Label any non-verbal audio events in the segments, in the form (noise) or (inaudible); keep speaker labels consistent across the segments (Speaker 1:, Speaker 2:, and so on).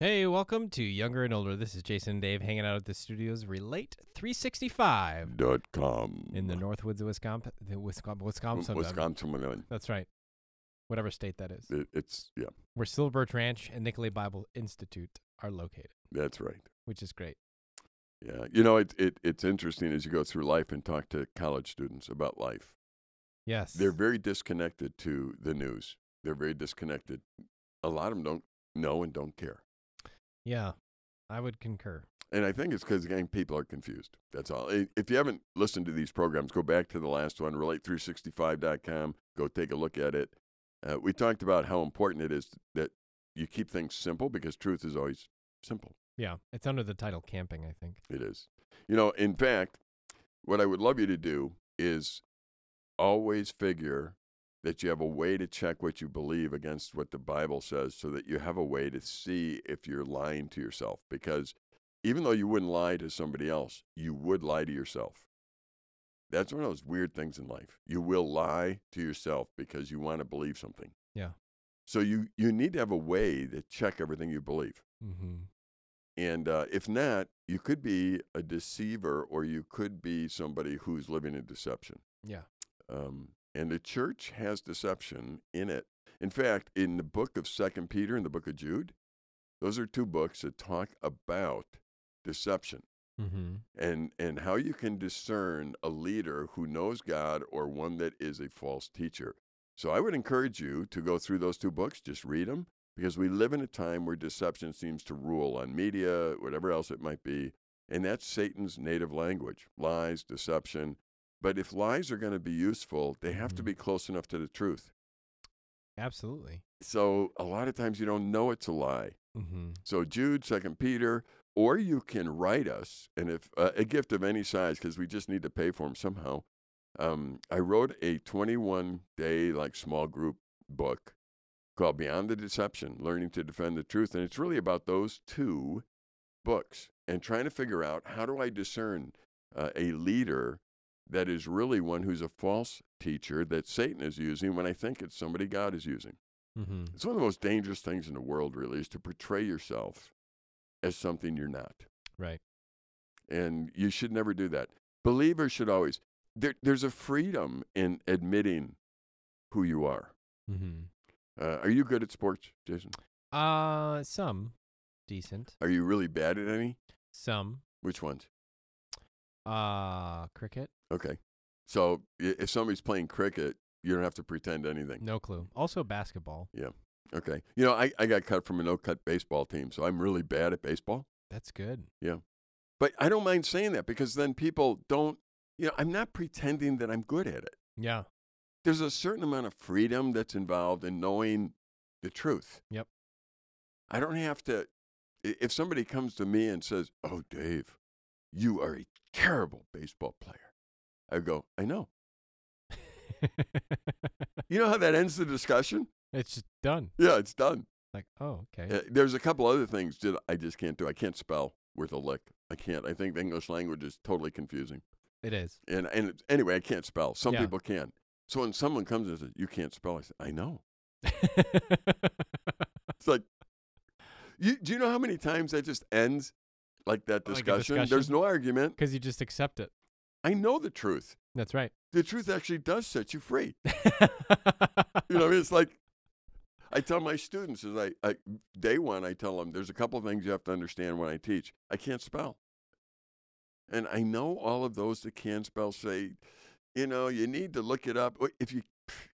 Speaker 1: Hey, welcome to Younger and Older. This is Jason and Dave hanging out at the studios Relate 365
Speaker 2: dot com
Speaker 1: in the Northwoods of Wisconsin. The Wisconsin, Wisconsin.
Speaker 2: Wisconsin. Wisconsin.
Speaker 1: That's right. Whatever state that is.
Speaker 2: It, it's yeah,
Speaker 1: Where Silverbirch Ranch and Nicolay Bible Institute are located,
Speaker 2: that's right.
Speaker 1: which is great.
Speaker 2: Yeah, you know it, it. It's interesting as you go through life and talk to college students about life.
Speaker 1: Yes.
Speaker 2: They're very disconnected to the news. They're very disconnected. A lot of them don't know and don't care.
Speaker 1: yeah, I would concur.
Speaker 2: And I think it's because again, people are confused. That's all. I- If you haven't listened to these programs, go back to the last one, relate365.com. Go take a look at it. Uh, we talked about how important it is that you keep things simple because truth is always simple.
Speaker 1: Yeah, it's under the title Camping, I think.
Speaker 2: It is. You know, in fact, what I would love you to do is always figure that you have a way to check what you believe against what the Bible says so that you have a way to see if you're lying to yourself. Because even though you wouldn't lie to somebody else, you would lie to yourself. That's one of those weird things in life. You will lie to yourself because you want to believe something.
Speaker 1: Yeah.
Speaker 2: So you, you need to have a way to check everything you believe.
Speaker 1: Mm-hmm.
Speaker 2: And uh, if not, you could be a deceiver or you could be somebody who's living in deception.
Speaker 1: Yeah.
Speaker 2: Um, and the church has deception in it. In fact, in the book of Second Peter and the book of Jude, those are two books that talk about deception
Speaker 1: Mm-hmm.
Speaker 2: and, and how you can discern a leader who knows God or one that is a false teacher. So I would encourage you to go through those two books, just read them, because we live in a time where deception seems to rule on media, whatever else it might be. And that's Satan's native language lies, deception. But if lies are going to be useful, they have to
Speaker 1: Mhm.
Speaker 2: be close enough to the truth.
Speaker 1: Absolutely.
Speaker 2: So a lot of times you don't know it's a lie.
Speaker 1: Mm-hmm.
Speaker 2: So Jude, Second Peter, or you can write us, and if uh, a gift of any size, because we just need to pay for them somehow. Um, I wrote a 21 day like small group book called Beyond the Deception: Learning to Defend the Truth, and it's really about those two books and trying to figure out how do I discern uh, a leader that is really one who's a false teacher that Satan is using when I think it's somebody God is using.
Speaker 1: Mm-hmm.
Speaker 2: It's one of the most dangerous things in the world, really, is to portray yourself as something you're not.
Speaker 1: Right.
Speaker 2: And you should never do that. Believers should always, there, there's a freedom in admitting who you are.
Speaker 1: Mm-hmm.
Speaker 2: Uh, are you good at sports, Jason?
Speaker 1: Uh, some decent,
Speaker 2: Are you really bad at any?
Speaker 1: some
Speaker 2: Which ones?
Speaker 1: uh cricket.
Speaker 2: Okay. So i- if somebody's playing cricket, you don't have to pretend anything.
Speaker 1: No clue. Also basketball.
Speaker 2: Okay. You know, I, I got cut from a no cut baseball team, so I'm really bad at baseball.
Speaker 1: That's good.
Speaker 2: But I don't mind saying that because then people don't, you know, I'm not pretending that I'm good at it.
Speaker 1: (laughs) Yeah.
Speaker 2: There's a certain amount of freedom that's involved in knowing the truth.
Speaker 1: Yep.
Speaker 2: I don't have to, i- if somebody comes to me and says, Oh, Dave, you are a terrible baseball player, I go, I know. You know how that ends the discussion?
Speaker 1: it's just done.
Speaker 2: Yeah, it's done.
Speaker 1: Like, oh, okay.
Speaker 2: Uh, There's a couple other things that I just can't do. I can't spell worth a lick. I can't. I think the English language is totally confusing.
Speaker 1: It (laughs) is.
Speaker 2: and and it's- anyway, I can't spell. Some
Speaker 1: Yeah.
Speaker 2: people can. So when someone comes and says, "You can't spell," I say, "I know." (laughs) It's like, you, do you know how many times that just ends like that
Speaker 1: Like a
Speaker 2: discussion? There's
Speaker 1: discussion?
Speaker 2: no argument.
Speaker 1: Because you just accept it.
Speaker 2: I know the truth.
Speaker 1: That's right.
Speaker 2: The truth actually does set you free. You know, what I mean? it's like I tell my students as I, I day one, I tell them there's a couple of things you have to understand when I teach. I can't spell, and I know all of those that can spell say, you know, you need to look it up. Wait, If you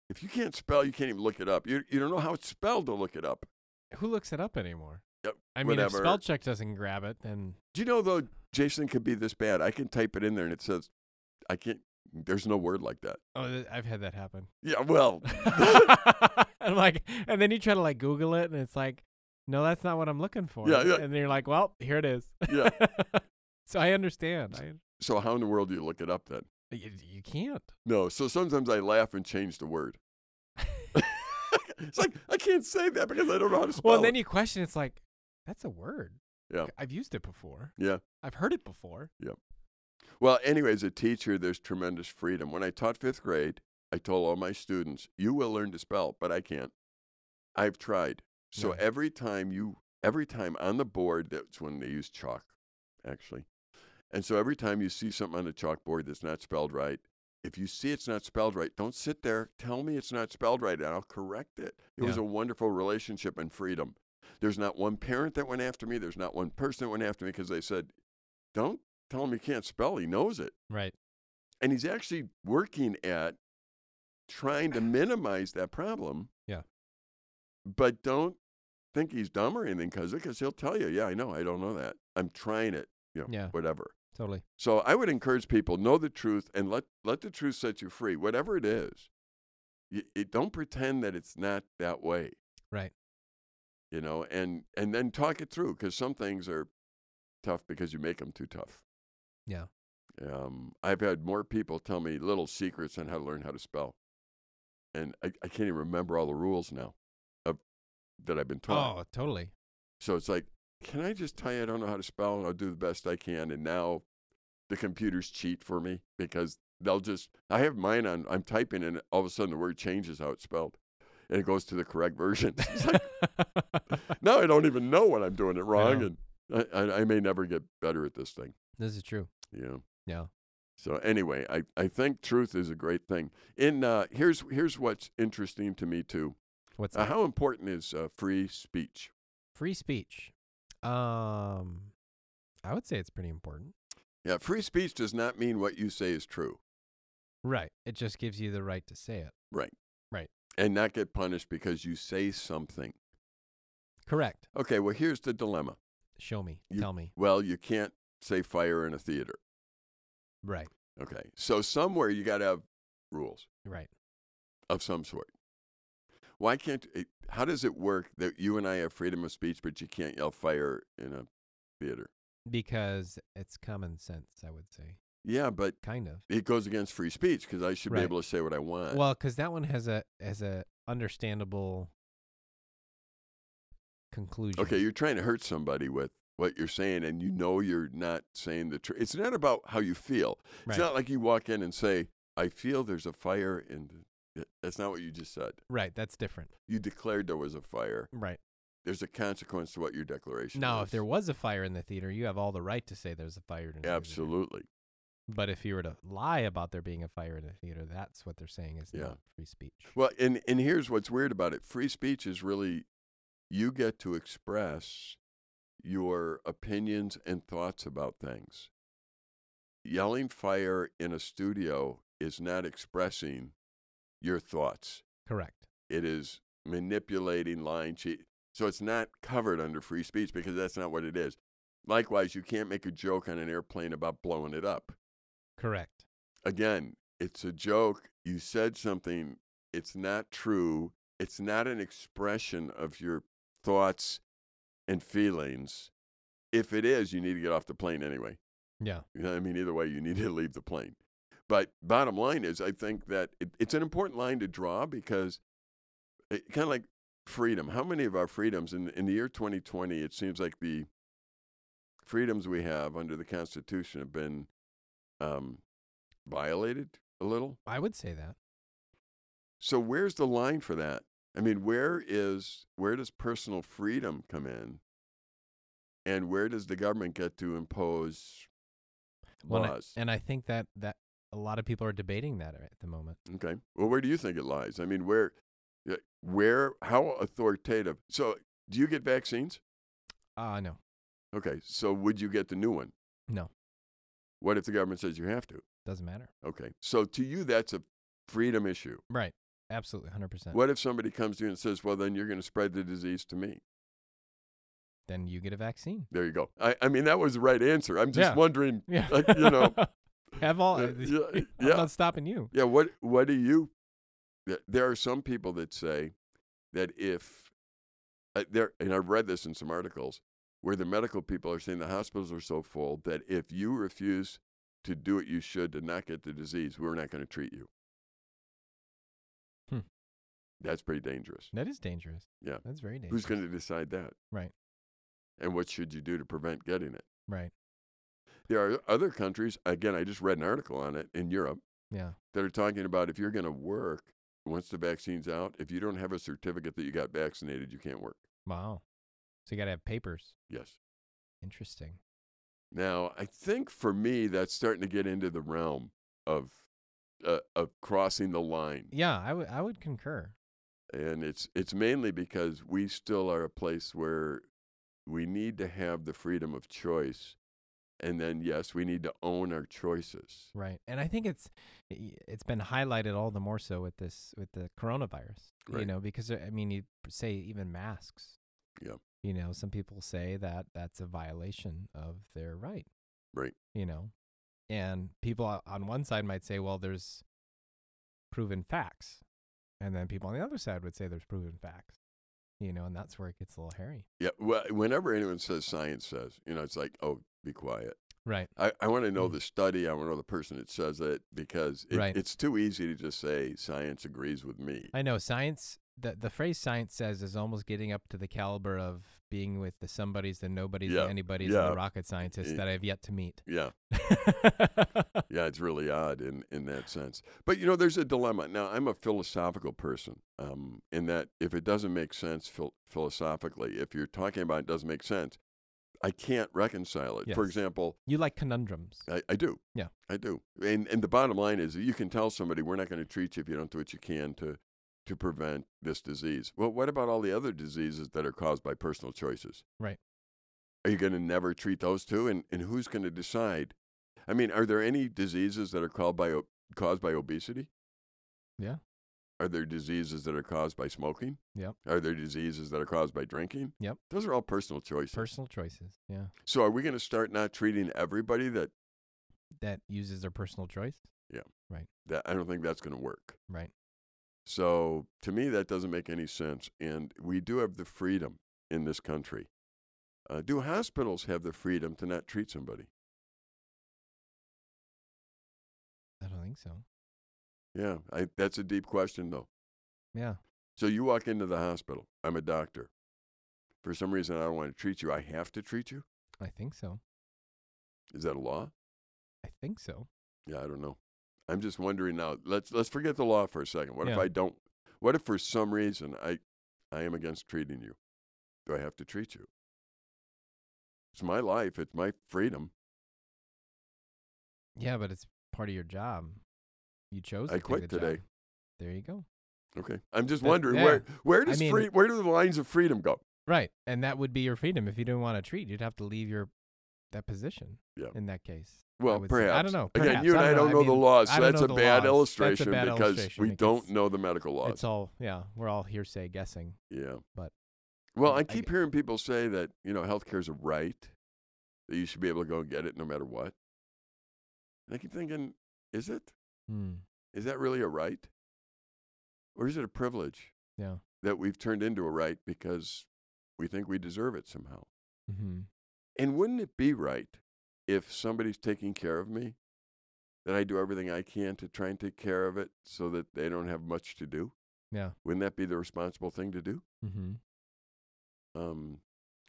Speaker 2: if you can't spell, you can't even look it up. You you don't know how it's spelled to look it up.
Speaker 1: (laughs) Who looks it up anymore?
Speaker 2: Yep,
Speaker 1: I mean, if
Speaker 2: whatever.
Speaker 1: spell check doesn't grab it, then
Speaker 2: Do you know though, Jason could be this bad. I can type it in there and it says, I can't. There's no word like that.
Speaker 1: oh, th- I've had that
Speaker 2: (laughs)
Speaker 1: happen. (laughs)
Speaker 2: Yeah, well,
Speaker 1: I'm like, and then you try to like Google it, and it's like, no, that's not what I'm looking for.
Speaker 2: Yeah, yeah.
Speaker 1: And then you're like, well, here it is.
Speaker 2: yeah.
Speaker 1: (laughs) so I understand. I,
Speaker 2: So how in the world do you look it up then?
Speaker 1: you, you can't.
Speaker 2: No. So sometimes I laugh and change
Speaker 1: (laughs)
Speaker 2: the word. (laughs) it's like I can't say that because I don't know how (laughs) to spell.
Speaker 1: Well, and then
Speaker 2: it.
Speaker 1: you question. It's like, that's a word.
Speaker 2: Yeah.
Speaker 1: I've used it before.
Speaker 2: Yeah.
Speaker 1: I've heard it before.
Speaker 2: Well, anyway, as a teacher, there's tremendous freedom. When I taught fifth grade, I told all my students, "You will learn to spell, but I can't. I've tried. So
Speaker 1: Yeah.
Speaker 2: every time you every time on the board, that's when they use chalk, actually. And so every time you see something on a chalkboard that's not spelled right, if you see it's not spelled right, don't sit there. Tell me it's not spelled right, and I'll correct it. It was
Speaker 1: Yeah.
Speaker 2: a wonderful relationship and freedom. There's not one parent that went after me. There's not one person that went after me because they said, "Don't tell him he can't spell. He knows it."
Speaker 1: Right.
Speaker 2: and he's actually working at trying to minimize that problem.
Speaker 1: Yeah.
Speaker 2: But don't think he's dumb or anything because he'll tell you, yeah, I know, I don't know that. I'm trying it, you know,
Speaker 1: Yeah.
Speaker 2: whatever.
Speaker 1: Totally.
Speaker 2: So I would encourage people know the truth and let let the truth set you free, whatever it is. You, you don't pretend that it's not that way,
Speaker 1: Right.
Speaker 2: you know, and and then talk it through because some things are tough because you make them too tough.
Speaker 1: Yeah.
Speaker 2: Um, I've had more people tell me little secrets on how to learn how to spell, and I, I can't even remember all the rules now of, that I've been taught.
Speaker 1: Oh, totally.
Speaker 2: So it's like, can I just tell you I don't know how to spell, and I'll do the best I can, and now the computers cheat for me because they'll just I have mine on. I'm typing, and all of a sudden the word changes how it's spelled, and it goes to the correct version. (laughs) (laughs) It's like, now I don't even know what I'm doing
Speaker 1: (laughs)
Speaker 2: it wrong,
Speaker 1: know.
Speaker 2: and I, I, I may never get better at this thing.
Speaker 1: (laughs) this is true.
Speaker 2: You know.
Speaker 1: Yeah.
Speaker 2: So anyway, I, I think truth is a great thing. In uh, here's here's what's interesting to me too.
Speaker 1: What's
Speaker 2: Uh,
Speaker 1: that?
Speaker 2: how important is uh, free speech?
Speaker 1: free speech? Um, I would say it's pretty important.
Speaker 2: Yeah, free speech does not mean what you say is true,
Speaker 1: Right. It just gives you the right to say it.
Speaker 2: and not get punished because you say something.
Speaker 1: Correct.
Speaker 2: Okay, well here's the dilemma.
Speaker 1: Show me.
Speaker 2: You-
Speaker 1: Tell me.
Speaker 2: Well, you can't say fire in a theater.
Speaker 1: Right.
Speaker 2: Okay, so somewhere you got to have rules
Speaker 1: Right.
Speaker 2: of some sort. Why can't? It, how does it work that you and I have freedom of speech, but you can't yell fire in a theater?
Speaker 1: Because it's common sense, I would say.
Speaker 2: Yeah, but
Speaker 1: Kind of.
Speaker 2: it goes against free speech because I should
Speaker 1: Right.
Speaker 2: be able to say what I want.
Speaker 1: Well, because that one has a has a understandable conclusion.
Speaker 2: okay, you're trying to hurt somebody with what you're saying, and you know you're not saying the truth. It's not about how you feel.
Speaker 1: Right.
Speaker 2: It's not like you walk in and say, "I feel there's a fire," and that's not what you just said.
Speaker 1: right. That's different.
Speaker 2: You declared there was a fire.
Speaker 1: Right.
Speaker 2: There's a consequence to what your declaration.
Speaker 1: Now,
Speaker 2: is.
Speaker 1: if there was a fire in the theater, you have all the right to say there's a fire in a theater.
Speaker 2: absolutely,
Speaker 1: But if you were to lie about there being a fire in a theater, that's what they're saying is
Speaker 2: Yeah.
Speaker 1: not free speech.
Speaker 2: well, and and here's what's weird about it: free speech is really you get to express your opinions and thoughts about things. Yelling fire in a studio is not expressing your thoughts.
Speaker 1: Correct.
Speaker 2: It is manipulating, lying, cheat. So it's not covered under free speech because that's not what it is. Likewise, you can't make a joke on an airplane about blowing it up.
Speaker 1: Correct.
Speaker 2: Again, it's a joke. You said something. It's not true. It's not an expression of your thoughts and feelings. If it is, you need to get off the plane anyway.
Speaker 1: Yeah.
Speaker 2: You know what (laughs) I mean, either way, you need to leave the plane. But bottom line is, I think that it, it's an important line to draw because it, kind of like freedom. How many of our freedoms in, in the year 2020, it seems like the freedoms we have under the Constitution have been um, violated a little?
Speaker 1: I would say that.
Speaker 2: So where's the line for that? I mean, where is where does personal freedom come in? And where does the government get to impose
Speaker 1: Well, and I-
Speaker 2: laws?
Speaker 1: and I think that that a lot of people are debating that at the moment.
Speaker 2: Okay. Well, where do you think it lies? I mean, where, yeah, where, how authoritative? So, do you get vaccines?
Speaker 1: Ah, no.
Speaker 2: Okay. So, would you get the new one?
Speaker 1: No.
Speaker 2: What if the government says you have to?
Speaker 1: Doesn't matter.
Speaker 2: Okay. So, to you, that's a freedom issue.
Speaker 1: Right. Absolutely 100%.
Speaker 2: What if somebody comes to you and says, well, then you're going to spread the disease to me?
Speaker 1: Then you get a vaccine.
Speaker 2: There you go. I, I mean, that was the right answer. I'm just
Speaker 1: Yeah.
Speaker 2: wondering,
Speaker 1: Yeah.
Speaker 2: like, you know,
Speaker 1: (laughs) have all
Speaker 2: uh, yeah,
Speaker 1: (laughs) I'm
Speaker 2: yeah.
Speaker 1: not stopping you.
Speaker 2: Yeah, what what do you? th- There are some people that say that if uh, there, and I've read this in some articles where the medical people are saying the hospitals are so full that if you refuse to do what you should to not get the disease, we're not going to treat you.
Speaker 1: Hmm.
Speaker 2: That's pretty dangerous.
Speaker 1: That is dangerous.
Speaker 2: Yeah.
Speaker 1: That's very dangerous.
Speaker 2: Who's going to decide that?
Speaker 1: Right.
Speaker 2: And what should you do to prevent getting it?
Speaker 1: Right.
Speaker 2: There are other countries, again, I just read an article on it in Europe
Speaker 1: Yeah.
Speaker 2: that are talking about if you're going to work once the vaccine's out, if you don't have a certificate that you got vaccinated, you can't work.
Speaker 1: Wow. So you got to have papers.
Speaker 2: Yes.
Speaker 1: Interesting.
Speaker 2: Now, I think for me, that's starting to get into the realm of uh, of crossing the line,
Speaker 1: Yeah, I would I would concur.
Speaker 2: and it's it's mainly because we still are a place where we need to have the freedom of choice, and then yes, we need to own our choices.
Speaker 1: Right. And I think it's i- it's been highlighted all the more so with this with the coronavirus. You
Speaker 2: Right.
Speaker 1: know, because uh, I mean you p- say even masks.
Speaker 2: Yep.
Speaker 1: You know, some people say that that's a violation of their right.
Speaker 2: Right.
Speaker 1: You know. And people o- on one side might say, well, there's proven facts. And then people on the other side would say there's proven facts. You know, and that's where it gets a little hairy.
Speaker 2: Yeah. Well, whenever anyone says science says, you know, it's like, oh, be quiet.
Speaker 1: Right.
Speaker 2: I, I want to know
Speaker 1: Mm.
Speaker 2: the study. I want to know the person that says it because it,
Speaker 1: Right.
Speaker 2: it's too easy to just say science agrees with me.
Speaker 1: I know science. The the phrase science says is almost getting up to the caliber of being with the somebodies, the nobodies,
Speaker 2: Yeah,
Speaker 1: the anybody's, and
Speaker 2: yeah.
Speaker 1: the rocket scientists
Speaker 2: Y-
Speaker 1: that I've yet to meet. (laughs)
Speaker 2: yeah. Yeah, it's really odd in, in that sense. But you know, there's a dilemma. Now, I'm a philosophical person um, in that if it doesn't make sense phil- philosophically, if you're talking about it doesn't make sense, I can't reconcile it. For
Speaker 1: Yes.
Speaker 2: example,
Speaker 1: you like conundrums.
Speaker 2: I, I do.
Speaker 1: Yeah.
Speaker 2: I do. And and the bottom line is that you can tell somebody we're not going to treat you if you don't do what you can to to prevent this disease. Well, what about all the other diseases that are caused by personal choices?
Speaker 1: Right.
Speaker 2: Are you going to never treat those too? And and who's going to decide? I mean, are there any diseases that are called by o- caused by obesity?
Speaker 1: Yeah.
Speaker 2: Are there diseases that are caused by smoking?
Speaker 1: Yep.
Speaker 2: Are there diseases that are caused by drinking?
Speaker 1: Yep.
Speaker 2: Those are all personal choices.
Speaker 1: Personal choices. Yeah,
Speaker 2: so are we going to start not treating everybody that,
Speaker 1: that uses their personal choice.
Speaker 2: that I don't think that's going to work.
Speaker 1: Right.
Speaker 2: So to me, that doesn't make any sense. And we do have the freedom in this country. Uh, do hospitals have the freedom to not treat somebody?
Speaker 1: I don't think so.
Speaker 2: Yeah, I, that's a deep question, though.
Speaker 1: Yeah.
Speaker 2: So you walk into the hospital. I'm a doctor. For some reason, I don't want to treat you. I have to treat you.
Speaker 1: I think so.
Speaker 2: Is that a law?
Speaker 1: I think so.
Speaker 2: Yeah, I don't know. I'm just wondering now. Let's let's forget the law for a second. What if
Speaker 1: Yeah.
Speaker 2: I don't? What if for some reason I I am against treating you? Do I have to treat you? It's my life. It's my freedom.
Speaker 1: Yeah, but it's part of your job. You chose.
Speaker 2: I
Speaker 1: to take
Speaker 2: quit
Speaker 1: the job.
Speaker 2: today.
Speaker 1: There you go.
Speaker 2: Okay. I'm just
Speaker 1: That-
Speaker 2: wondering
Speaker 1: yeah.
Speaker 2: where where
Speaker 1: I
Speaker 2: does
Speaker 1: mean-
Speaker 2: free where do the lines of freedom go?
Speaker 1: Right, and that would be your freedom. If you didn't want to treat, you'd have to leave your that position.
Speaker 2: Yeah.
Speaker 1: In that case.
Speaker 2: Well,
Speaker 1: would say-
Speaker 2: perhaps.
Speaker 1: I don't know.
Speaker 2: Again,
Speaker 1: Perhaps.
Speaker 2: you and I don't know the
Speaker 1: mean,
Speaker 2: laws,
Speaker 1: I
Speaker 2: so
Speaker 1: don't
Speaker 2: that's
Speaker 1: know
Speaker 2: a
Speaker 1: the
Speaker 2: bad
Speaker 1: laws. That's a
Speaker 2: illustration
Speaker 1: bad
Speaker 2: because
Speaker 1: illustration.
Speaker 2: we
Speaker 1: It
Speaker 2: don't
Speaker 1: gets-
Speaker 2: know the medical laws.
Speaker 1: It's all yeah. We're all hearsay guessing.
Speaker 2: yeah.
Speaker 1: but-
Speaker 2: well,
Speaker 1: I- I
Speaker 2: I keep
Speaker 1: get-
Speaker 2: hearing people say that you know healthcare is a right that you should be able to go and get it no matter what. And I keep thinking, is it?
Speaker 1: Hmm.
Speaker 2: Is that really a right, or is it a privilege
Speaker 1: Yeah.
Speaker 2: that we've turned into a right because we think we deserve it somehow?
Speaker 1: Mm-hmm.
Speaker 2: And wouldn't it be right if somebody's taking care of me that I do everything I can to try and take care of it so that they don't have much to do?
Speaker 1: Yeah.
Speaker 2: Wouldn't that be the responsible thing to do?
Speaker 1: Mm-hmm.
Speaker 2: Um,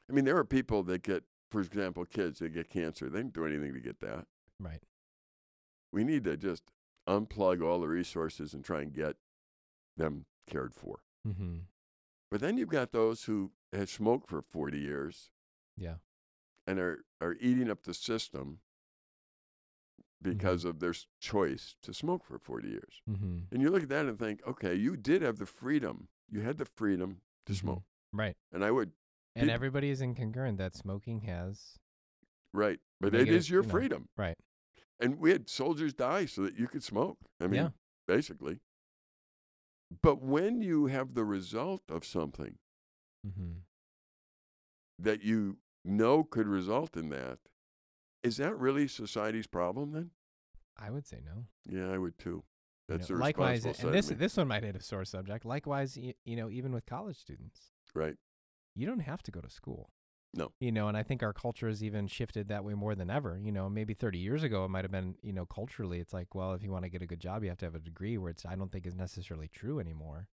Speaker 2: I mean, there are people that get, for example, kids that get cancer. They didn't do anything to get that.
Speaker 1: Right.
Speaker 2: We need to just unplug all the resources and try and get them cared for.
Speaker 1: Mm-hmm.
Speaker 2: But then you've got those who have smoked for 40 years
Speaker 1: Yeah.
Speaker 2: and are, are eating up the system because of their s- choice to smoke for 40 years.
Speaker 1: Mm-hmm.
Speaker 2: And you look at that and think, okay, you did have the freedom. You had the freedom to smoke.
Speaker 1: Mm-hmm. Right.
Speaker 2: And I would,
Speaker 1: And
Speaker 2: Peop-
Speaker 1: everybody is in concurrent that smoking has
Speaker 2: right. But it
Speaker 1: Negative,
Speaker 2: is your
Speaker 1: you know,
Speaker 2: freedom.
Speaker 1: right.
Speaker 2: And we had soldiers die so that you could smoke. I mean,
Speaker 1: Yeah.
Speaker 2: basically. But when you have the result of something
Speaker 1: mm-hmm.
Speaker 2: that you know could result in that, is that really society's problem then?
Speaker 1: I would say no.
Speaker 2: Yeah, I would too.
Speaker 1: you
Speaker 2: That's
Speaker 1: know.
Speaker 2: the
Speaker 1: likewise,
Speaker 2: responsible side
Speaker 1: and
Speaker 2: of
Speaker 1: this
Speaker 2: me.
Speaker 1: this one might hit a sore subject. Likewise, you, you know, even with college students,
Speaker 2: right.
Speaker 1: you don't have to go to school.
Speaker 2: No.
Speaker 1: You know, and I think our culture has even shifted that way more than ever. You know, maybe 30 years ago, it might have been, you know, culturally, it's like, well, if you want to get a good job, you have to have a degree, where it's, I don't think is necessarily true anymore.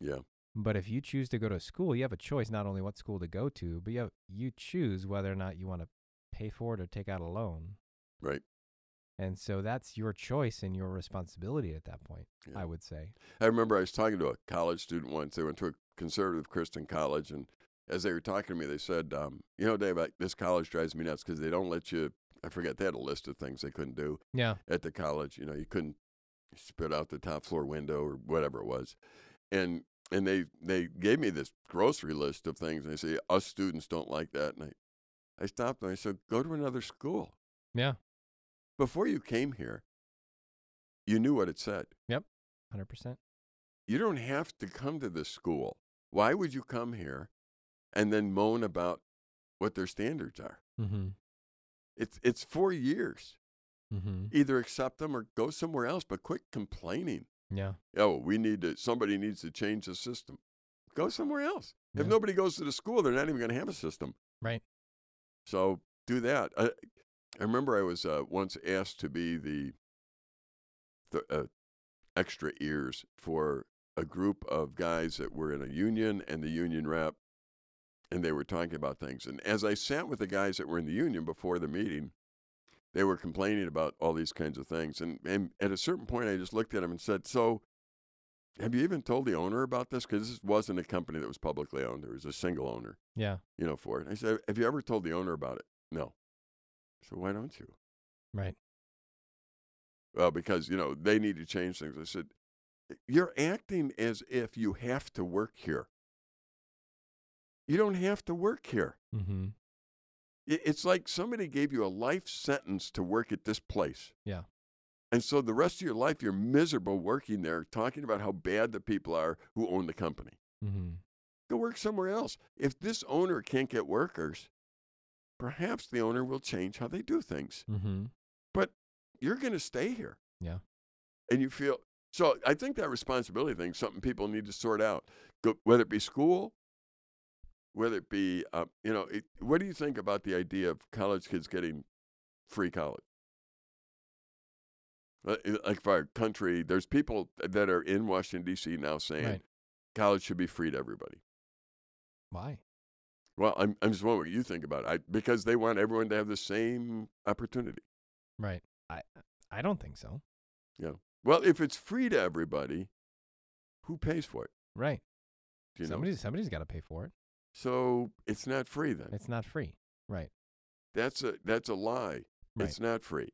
Speaker 2: Yeah.
Speaker 1: But if you choose to go to school, you have a choice not only what school to go to, but you have, you choose whether or not you want to pay for it or take out a loan.
Speaker 2: Right.
Speaker 1: And so that's your choice and your responsibility at that point,
Speaker 2: Yeah.
Speaker 1: I would say.
Speaker 2: I remember I was talking to a college student once. They went to a conservative Christian college, and as they were talking to me, they said, um, "You know, Dave, I, this college drives me nuts because they don't let you." I forget they had a list of things they couldn't do
Speaker 1: Yeah.
Speaker 2: at the college. You know, you couldn't spit out the top floor window or whatever it was, and and they they gave me this grocery list of things. And they say us students don't like that, and I I stopped and I said, "Go to another school."
Speaker 1: Yeah.
Speaker 2: Before you came here, you knew what it said.
Speaker 1: 100%.
Speaker 2: you don't have to come to this school. Why would you come here and then moan about what their standards are?
Speaker 1: Mm-hmm.
Speaker 2: It's it's four years.
Speaker 1: Mm-hmm.
Speaker 2: Either accept them or go somewhere else, but quit complaining.
Speaker 1: Yeah.
Speaker 2: Oh, we need to somebody needs to change the system. Go somewhere else. If
Speaker 1: Yeah.
Speaker 2: nobody goes to the school, they're not even going to have a system.
Speaker 1: Right.
Speaker 2: So do that. I, I remember I was uh, once asked to be the, the uh, extra ears for a group of guys that were in a union and the union rep, and they were talking about things. And as I sat with the guys that were in the union before the meeting, they were complaining about all these kinds of things. And, and at a certain point, I just looked at them and said, So, have you even told the owner about this? Because this wasn't a company that was publicly owned, there was a single owner
Speaker 1: Yeah.
Speaker 2: you know, for it. I said, Have you ever told the owner about it? No. So why don't you?
Speaker 1: Right.
Speaker 2: Well, because, you know, they need to change things. I said, You're acting as if you have to work here. You don't have to work here.
Speaker 1: Mm-hmm.
Speaker 2: I- It's like somebody gave you a life sentence to work at this place.
Speaker 1: Yeah.
Speaker 2: And so the rest of your life, you're miserable working there, talking about how bad the people are who own the company.
Speaker 1: Mm-hmm.
Speaker 2: Go work somewhere else. If this owner can't get workers, perhaps the owner will change how they do things.
Speaker 1: Mm-hmm.
Speaker 2: but you're going to stay here.
Speaker 1: Yeah.
Speaker 2: And you feel so. I think that responsibility thing, is something people need to sort out, Go, whether it be school, whether it be, uh, you know, it, what do you think about the idea of college kids getting free college? Li- Like for our country, there's people that are in Washington D.C. now saying
Speaker 1: Right.
Speaker 2: college should be free to everybody.
Speaker 1: Why?
Speaker 2: Well, I'm I'm just wondering what you think about it, I, because they want everyone to have the same opportunity.
Speaker 1: Right. I I don't think so.
Speaker 2: Well, if it's free to everybody, who pays for it?
Speaker 1: Right.
Speaker 2: Do you know?
Speaker 1: Somebody somebody's got to pay for it.
Speaker 2: So it's not free then.
Speaker 1: It's not free. Right.
Speaker 2: That's a that's a lie.
Speaker 1: Right.
Speaker 2: It's not free.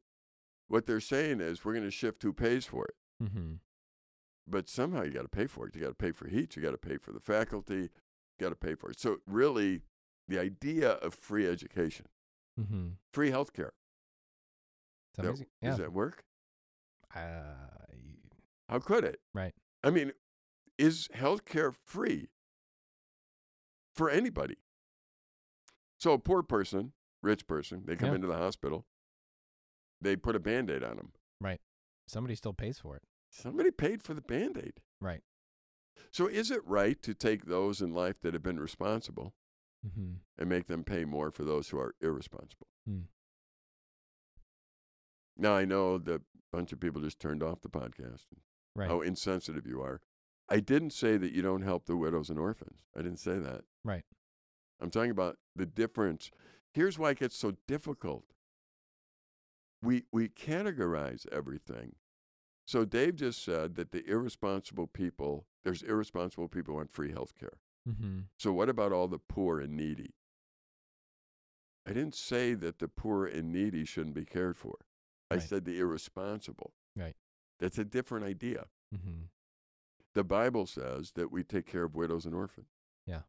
Speaker 2: What they're saying is we're going to shift who pays for it,
Speaker 1: Mm-hmm.
Speaker 2: but somehow you got to pay for it. You got to pay for heat. You got to pay for the faculty. You got to pay for it. So really, the idea of free education,
Speaker 1: Mm-hmm.
Speaker 2: free healthcare,
Speaker 1: Somebody's,
Speaker 2: that,
Speaker 1: yeah.
Speaker 2: does that work?
Speaker 1: Uh, y-
Speaker 2: How could it?
Speaker 1: Right.
Speaker 2: I mean, is healthcare free for anybody? So a poor person, rich person, they come
Speaker 1: Yeah.
Speaker 2: into the hospital, they put a band aid on them.
Speaker 1: somebody still pays for it.
Speaker 2: Somebody paid for the band aid.
Speaker 1: Right.
Speaker 2: So is it right to take those in life that have been responsible
Speaker 1: Mm-hmm.
Speaker 2: and make them pay more for those who are irresponsible?
Speaker 1: Hmm.
Speaker 2: Now I know that a bunch of people just turned off the podcast.
Speaker 1: Right.
Speaker 2: how insensitive you are. I didn't say that you don't help the widows and orphans. I didn't say that.
Speaker 1: Right.
Speaker 2: I'm talking about the difference. Here's why it gets so difficult. We we categorize everything. So Dave just said that the irresponsible people, there's irresponsible people on free health care.
Speaker 1: Mm-hmm.
Speaker 2: So what about all the poor and needy? I didn't say that the poor and needy shouldn't be cared for. I
Speaker 1: Right.
Speaker 2: said the irresponsible.
Speaker 1: Right.
Speaker 2: That's a different idea.
Speaker 1: Mm-hmm.
Speaker 2: The Bible says that we take care of widows and orphans.
Speaker 1: Yeah.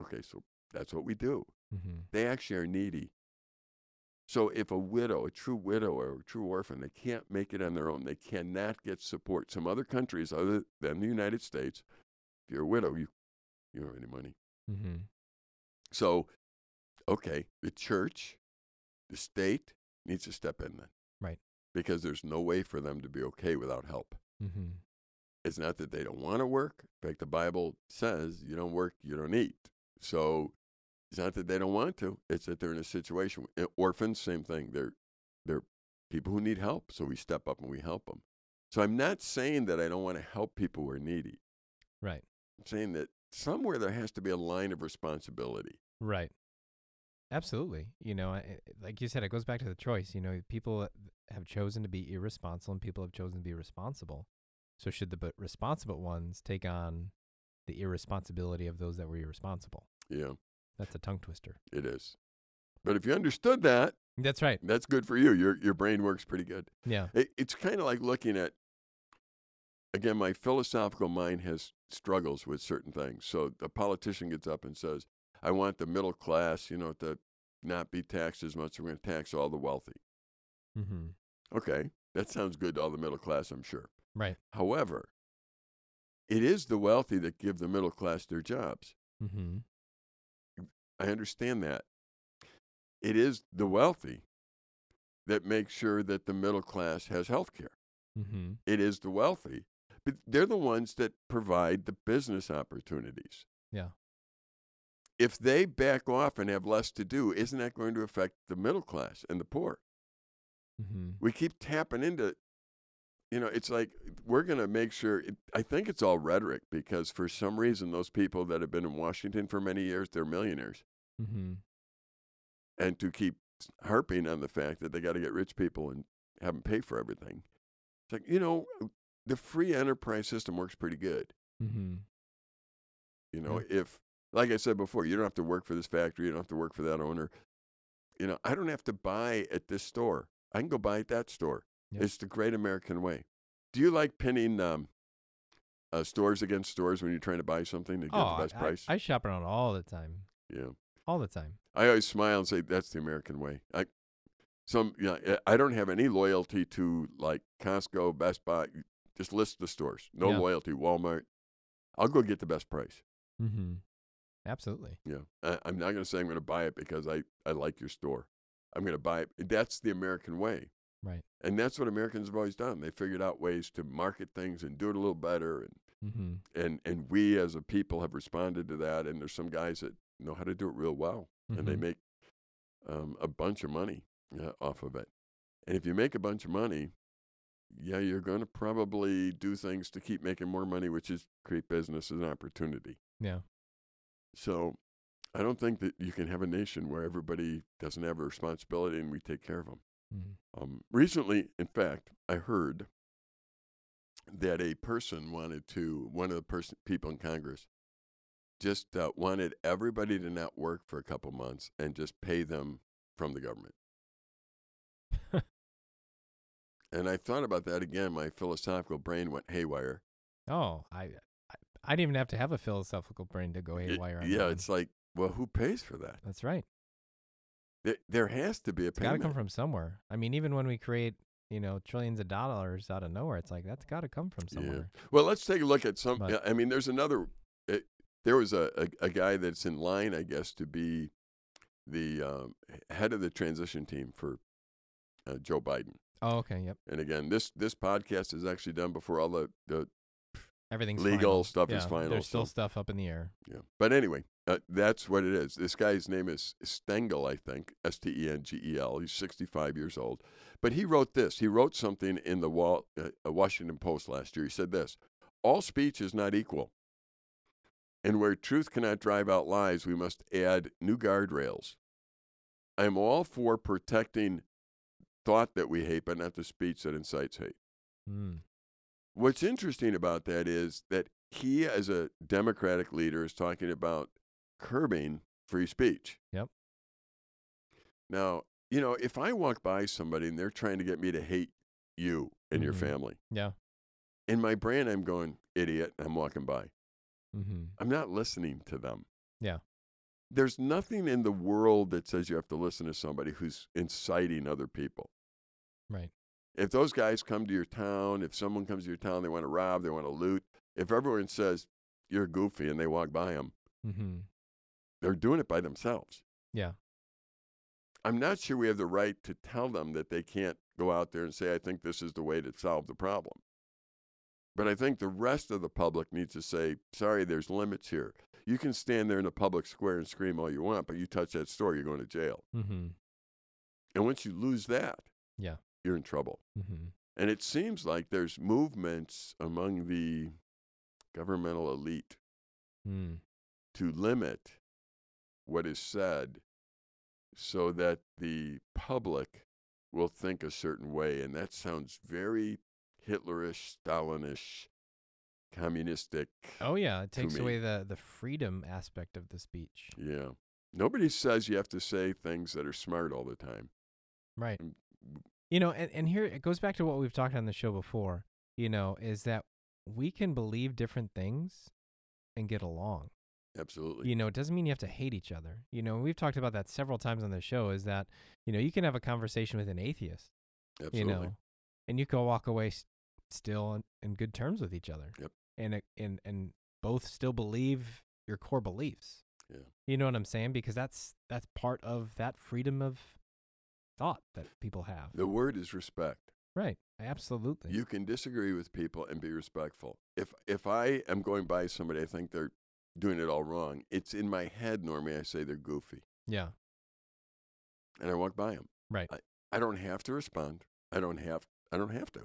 Speaker 2: Okay, so that's what we do.
Speaker 1: Mm-hmm.
Speaker 2: They actually are needy. So if a widow, a true widow or a true orphan, they can't make it on their own, they cannot get support. Some other countries other than the United States, if you're a widow, you you don't have any money.
Speaker 1: Mm-hmm.
Speaker 2: So, okay, the church, the state needs to step in then.
Speaker 1: Right.
Speaker 2: Because there's no way for them to be okay without help.
Speaker 1: Mm-hmm.
Speaker 2: It's not that they don't want to work. In fact, the Bible says you don't work, you don't eat. So it's not that they don't want to. It's that they're in a situation. Uh, Orphans, same thing. They're they're people who need help. So we step up and we help them. So I'm not saying that I don't want to help people who are needy.
Speaker 1: Right.
Speaker 2: I'm saying that somewhere there has to be a line of responsibility.
Speaker 1: Right. Absolutely. You know, I- I- like you said, it goes back to the choice. You know, people have chosen to be irresponsible and people have chosen to be responsible. So, should the but responsible ones take on the irresponsibility of those that were irresponsible?
Speaker 2: Yeah,
Speaker 1: That's a tongue twister.
Speaker 2: it is. But if you understood that,
Speaker 1: That's right.
Speaker 2: that's good for you. Your your brain works pretty good.
Speaker 1: Yeah.
Speaker 2: It, it's kind of like looking at, again, my philosophical mind has struggles with certain things. So the politician gets up and says, I want the middle class, you know, to not be taxed as much. We're going to tax all the wealthy.
Speaker 1: Mm-hmm.
Speaker 2: Okay, that sounds good to all the middle class, I'm sure.
Speaker 1: Right.
Speaker 2: However, it is the wealthy that give the middle class their jobs.
Speaker 1: Mm-hmm.
Speaker 2: I understand that. It is the wealthy that makes sure that the middle class has health care.
Speaker 1: Mm-hmm.
Speaker 2: it is the wealthy. But they're the ones that provide the business opportunities.
Speaker 1: Yeah.
Speaker 2: If they back off and have less to do, isn't that going to affect the middle class and the poor?
Speaker 1: Mm-hmm.
Speaker 2: We keep tapping into, you know, it's like we're going to make sure. It, I think it's all rhetoric because for some reason, those people that have been in Washington for many years, they're millionaires.
Speaker 1: Mm-hmm.
Speaker 2: And to keep harping on the fact that they got to get rich people and have them pay for everything, it's like, you know, the free enterprise system works pretty good.
Speaker 1: Mm-hmm.
Speaker 2: You know, if like I said before, you don't have to work for this factory, you don't have to work for that owner. You know, I don't have to buy at this store. I can go buy at that store.
Speaker 1: Yep.
Speaker 2: It's the great American way. Do you like pinning um, uh, stores against stores when you're trying to buy something to get the best
Speaker 1: Oh, I,
Speaker 2: price?
Speaker 1: I shop around all the time.
Speaker 2: yeah.
Speaker 1: All the time.
Speaker 2: I always smile and say that's the American way. I some yeah, I I don't have any loyalty to like Costco, Best Buy. Just list the stores. No
Speaker 1: Yeah.
Speaker 2: loyalty. Walmart. I'll go get the best price.
Speaker 1: Mm-hmm. Absolutely.
Speaker 2: Yeah. I, I'm not going to say I'm going to buy it because I, I like your store. I'm going to buy it. That's the American way.
Speaker 1: Right.
Speaker 2: And that's what Americans have always done. They figured out ways to market things and do it a little better. And,
Speaker 1: Mm-hmm.
Speaker 2: and, and we as a people have responded to that. And there's some guys that know how to do it real well. And they
Speaker 1: Mhm.
Speaker 2: make um, a bunch of money uh, off of it. And if you make a bunch of money, yeah, you're going to probably do things to keep making more money, which is create business as an opportunity.
Speaker 1: Yeah.
Speaker 2: So I don't think that you can have a nation where everybody doesn't have a responsibility and we take care of them.
Speaker 1: Mm-hmm.
Speaker 2: Um, recently, in fact, I heard that a person wanted to, one of the person, people in Congress, just uh, wanted everybody to not work for a couple months and just pay them from
Speaker 1: (laughs)
Speaker 2: the government. and I thought about that again. My philosophical brain went haywire.
Speaker 1: Oh, I, I I didn't even have to have a philosophical brain to go
Speaker 2: It-
Speaker 1: haywire. on that
Speaker 2: yeah,
Speaker 1: one.
Speaker 2: it's like, well, who pays for that?
Speaker 1: that's right.
Speaker 2: There, there has to be a
Speaker 1: It's got to
Speaker 2: payment.
Speaker 1: come from somewhere. I mean, even when we create, you know, trillions of dollars out of nowhere, it's like that's got to come from
Speaker 2: Yeah.
Speaker 1: somewhere.
Speaker 2: Well, let's take a look at some. uh,
Speaker 1: But-
Speaker 2: I mean, there's another. It, there was a, a, a guy that's in line, I guess, to be the um, head of the transition team for uh, Joe Biden.
Speaker 1: Oh, okay. Yep.
Speaker 2: And again, this this podcast is actually done before all the, the
Speaker 1: Everything's
Speaker 2: Legal
Speaker 1: final.
Speaker 2: stuff is
Speaker 1: Yeah,
Speaker 2: final,
Speaker 1: There's still
Speaker 2: so-
Speaker 1: stuff up in the air.
Speaker 2: yeah. But anyway, uh, that's what it is. This guy's name is Stengel, I think, S T E N G E L. He's 65 years old. But he wrote this. He wrote something in the Wall, uh, uh, Washington Post last year. He said this All speech is not equal. And where truth cannot drive out lies, we must add new guardrails. I'm all for protecting thought that we hate, but not the speech that incites hate.
Speaker 1: Mm.
Speaker 2: What's interesting about that is that he, as a Democratic leader, is talking about curbing free speech.
Speaker 1: Yep.
Speaker 2: Now, you know, if I walk by somebody and they're trying to get me to hate you and your
Speaker 1: Mhm.
Speaker 2: family,
Speaker 1: Yeah.
Speaker 2: in my brain, I'm going, idiot, I'm walking by.
Speaker 1: Mm-hmm.
Speaker 2: I'm not listening to them.
Speaker 1: Yeah.
Speaker 2: There's nothing in the world that says you have to listen to somebody who's inciting other people.
Speaker 1: Right.
Speaker 2: if those guys come to your town, if someone comes to your town, they want to rob, they want to loot. If everyone says you're goofy and they walk by them,
Speaker 1: Mm-hmm.
Speaker 2: they're doing it by themselves.
Speaker 1: Yeah.
Speaker 2: I'm not sure we have the right to tell them that they can't go out there and say, I think this is the way to solve the problem. But I think the rest of the public needs to say, sorry, there's limits here. You can stand there in a public square and scream all you want, but you touch that store, you're going to jail.
Speaker 1: Mm-hmm.
Speaker 2: And once you lose that,
Speaker 1: Yeah.
Speaker 2: you're in trouble.
Speaker 1: Mm-hmm.
Speaker 2: And it seems like there's movements among the governmental elite
Speaker 1: Mm.
Speaker 2: to limit what is said so that the public will think a certain way. And that sounds very Hitlerish, Stalinish, communistic.
Speaker 1: Oh yeah, it
Speaker 2: to
Speaker 1: takes
Speaker 2: me.
Speaker 1: away the the freedom aspect of the speech.
Speaker 2: Yeah. Nobody says you have to say things that are smart all the time.
Speaker 1: Right.
Speaker 2: Mm.
Speaker 1: You know, and, and here it goes back to what we've talked on the show before, you know, is that we can believe different things and get along.
Speaker 2: Absolutely.
Speaker 1: You know, it doesn't mean you have to hate each other. You know, we've talked about that several times on the show is that, you know, you can have a conversation with an atheist,
Speaker 2: Absolutely.
Speaker 1: you know, and you can walk away s still in, in good terms with each other.
Speaker 2: Yep.
Speaker 1: And, it- and, and both still believe your core beliefs.
Speaker 2: Yeah.
Speaker 1: You know what I'm saying? Because that's, that's part of that freedom of thought that people have.
Speaker 2: The word is respect.
Speaker 1: Right. Absolutely.
Speaker 2: You can disagree with people and be respectful. If if I am going by somebody I think they're doing it all wrong, it's in my head normally I say they're goofy
Speaker 1: yeah.
Speaker 2: and I walk by them.
Speaker 1: Right.
Speaker 2: I don't have to respond. I don't have I don't have to.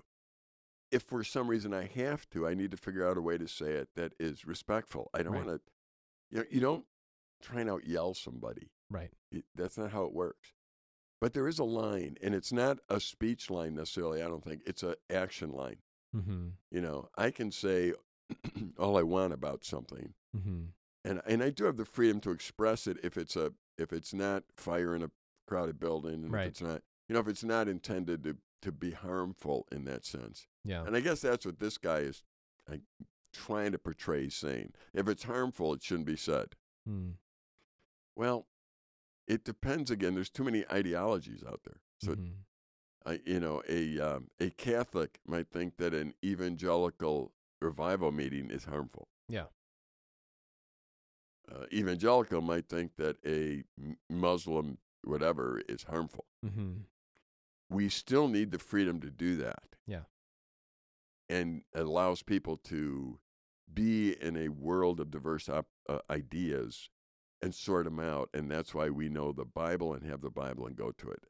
Speaker 2: If for some reason I have to, I need to figure out a way to say it that is respectful. I don't
Speaker 1: Right.
Speaker 2: want to you know, you don't try and out yell somebody.
Speaker 1: Right.
Speaker 2: It- that's not how it works. But there is a line and it's not a speech line necessarily, I don't think. It's an action line.
Speaker 1: Mm-hmm.
Speaker 2: You know, I can say (clears throat) all I want about something
Speaker 1: Mm-hmm.
Speaker 2: and and I do have the freedom to express it if it's a if it's not fire in a crowded building and
Speaker 1: Right.
Speaker 2: if it's not you know if it's not intended to to be harmful in that sense.
Speaker 1: Yeah.
Speaker 2: And I guess that's what this guy is like, trying to portray he's saying. If it's harmful, it shouldn't be said.
Speaker 1: Mm.
Speaker 2: Well, it depends again. There's too many ideologies out there. So
Speaker 1: Mhm.
Speaker 2: I, you know, a um, a Catholic might think that an evangelical revival meeting is harmful.
Speaker 1: Yeah.
Speaker 2: Uh, evangelical might think that a m- Muslim whatever is harmful.
Speaker 1: Mhm.
Speaker 2: We still need the freedom to do that.
Speaker 1: Yeah.
Speaker 2: And it allows people to be in a world of diverse op- uh, ideas and sort them out. And that's why we know the Bible and have the Bible and go to it.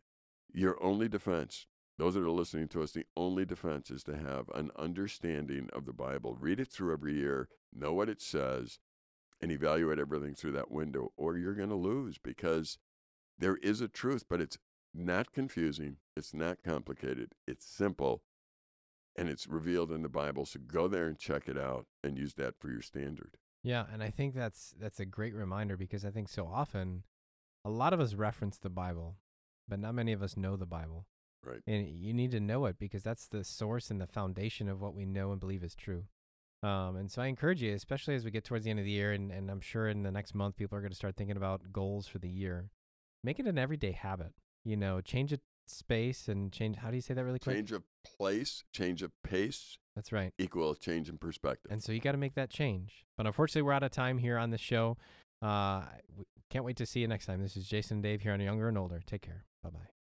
Speaker 2: Your only defense, those that are listening to us, the only defense is to have an understanding of the Bible. Read it through every year, know what it says, and evaluate everything through that window, or you're going to lose because there is a truth, but it's not confusing, it's not complicated, it's simple, and it's revealed in the Bible. So go there and check it out and use that for your standard.
Speaker 1: Yeah, and I think that's that's a great reminder because I think so often a lot of us reference the Bible, but not many of us know the Bible.
Speaker 2: Right.
Speaker 1: And you need to know it because that's the source and the foundation of what we know and believe is true. Um, and so I encourage you, especially as we get towards the end of the year, and, and I'm sure in the next month people are going to start thinking about goals for the year. Make it an everyday habit. You know, change a space and change. How do you say that really quick?
Speaker 2: Change of place, change of pace
Speaker 1: That's right.
Speaker 2: equal a change in perspective.
Speaker 1: And so you got to make that change. But unfortunately, we're out of time here on the show. Uh, I- w- can't wait to see you next time. This is Jason and Dave here on Younger and Older. Take care. Bye bye.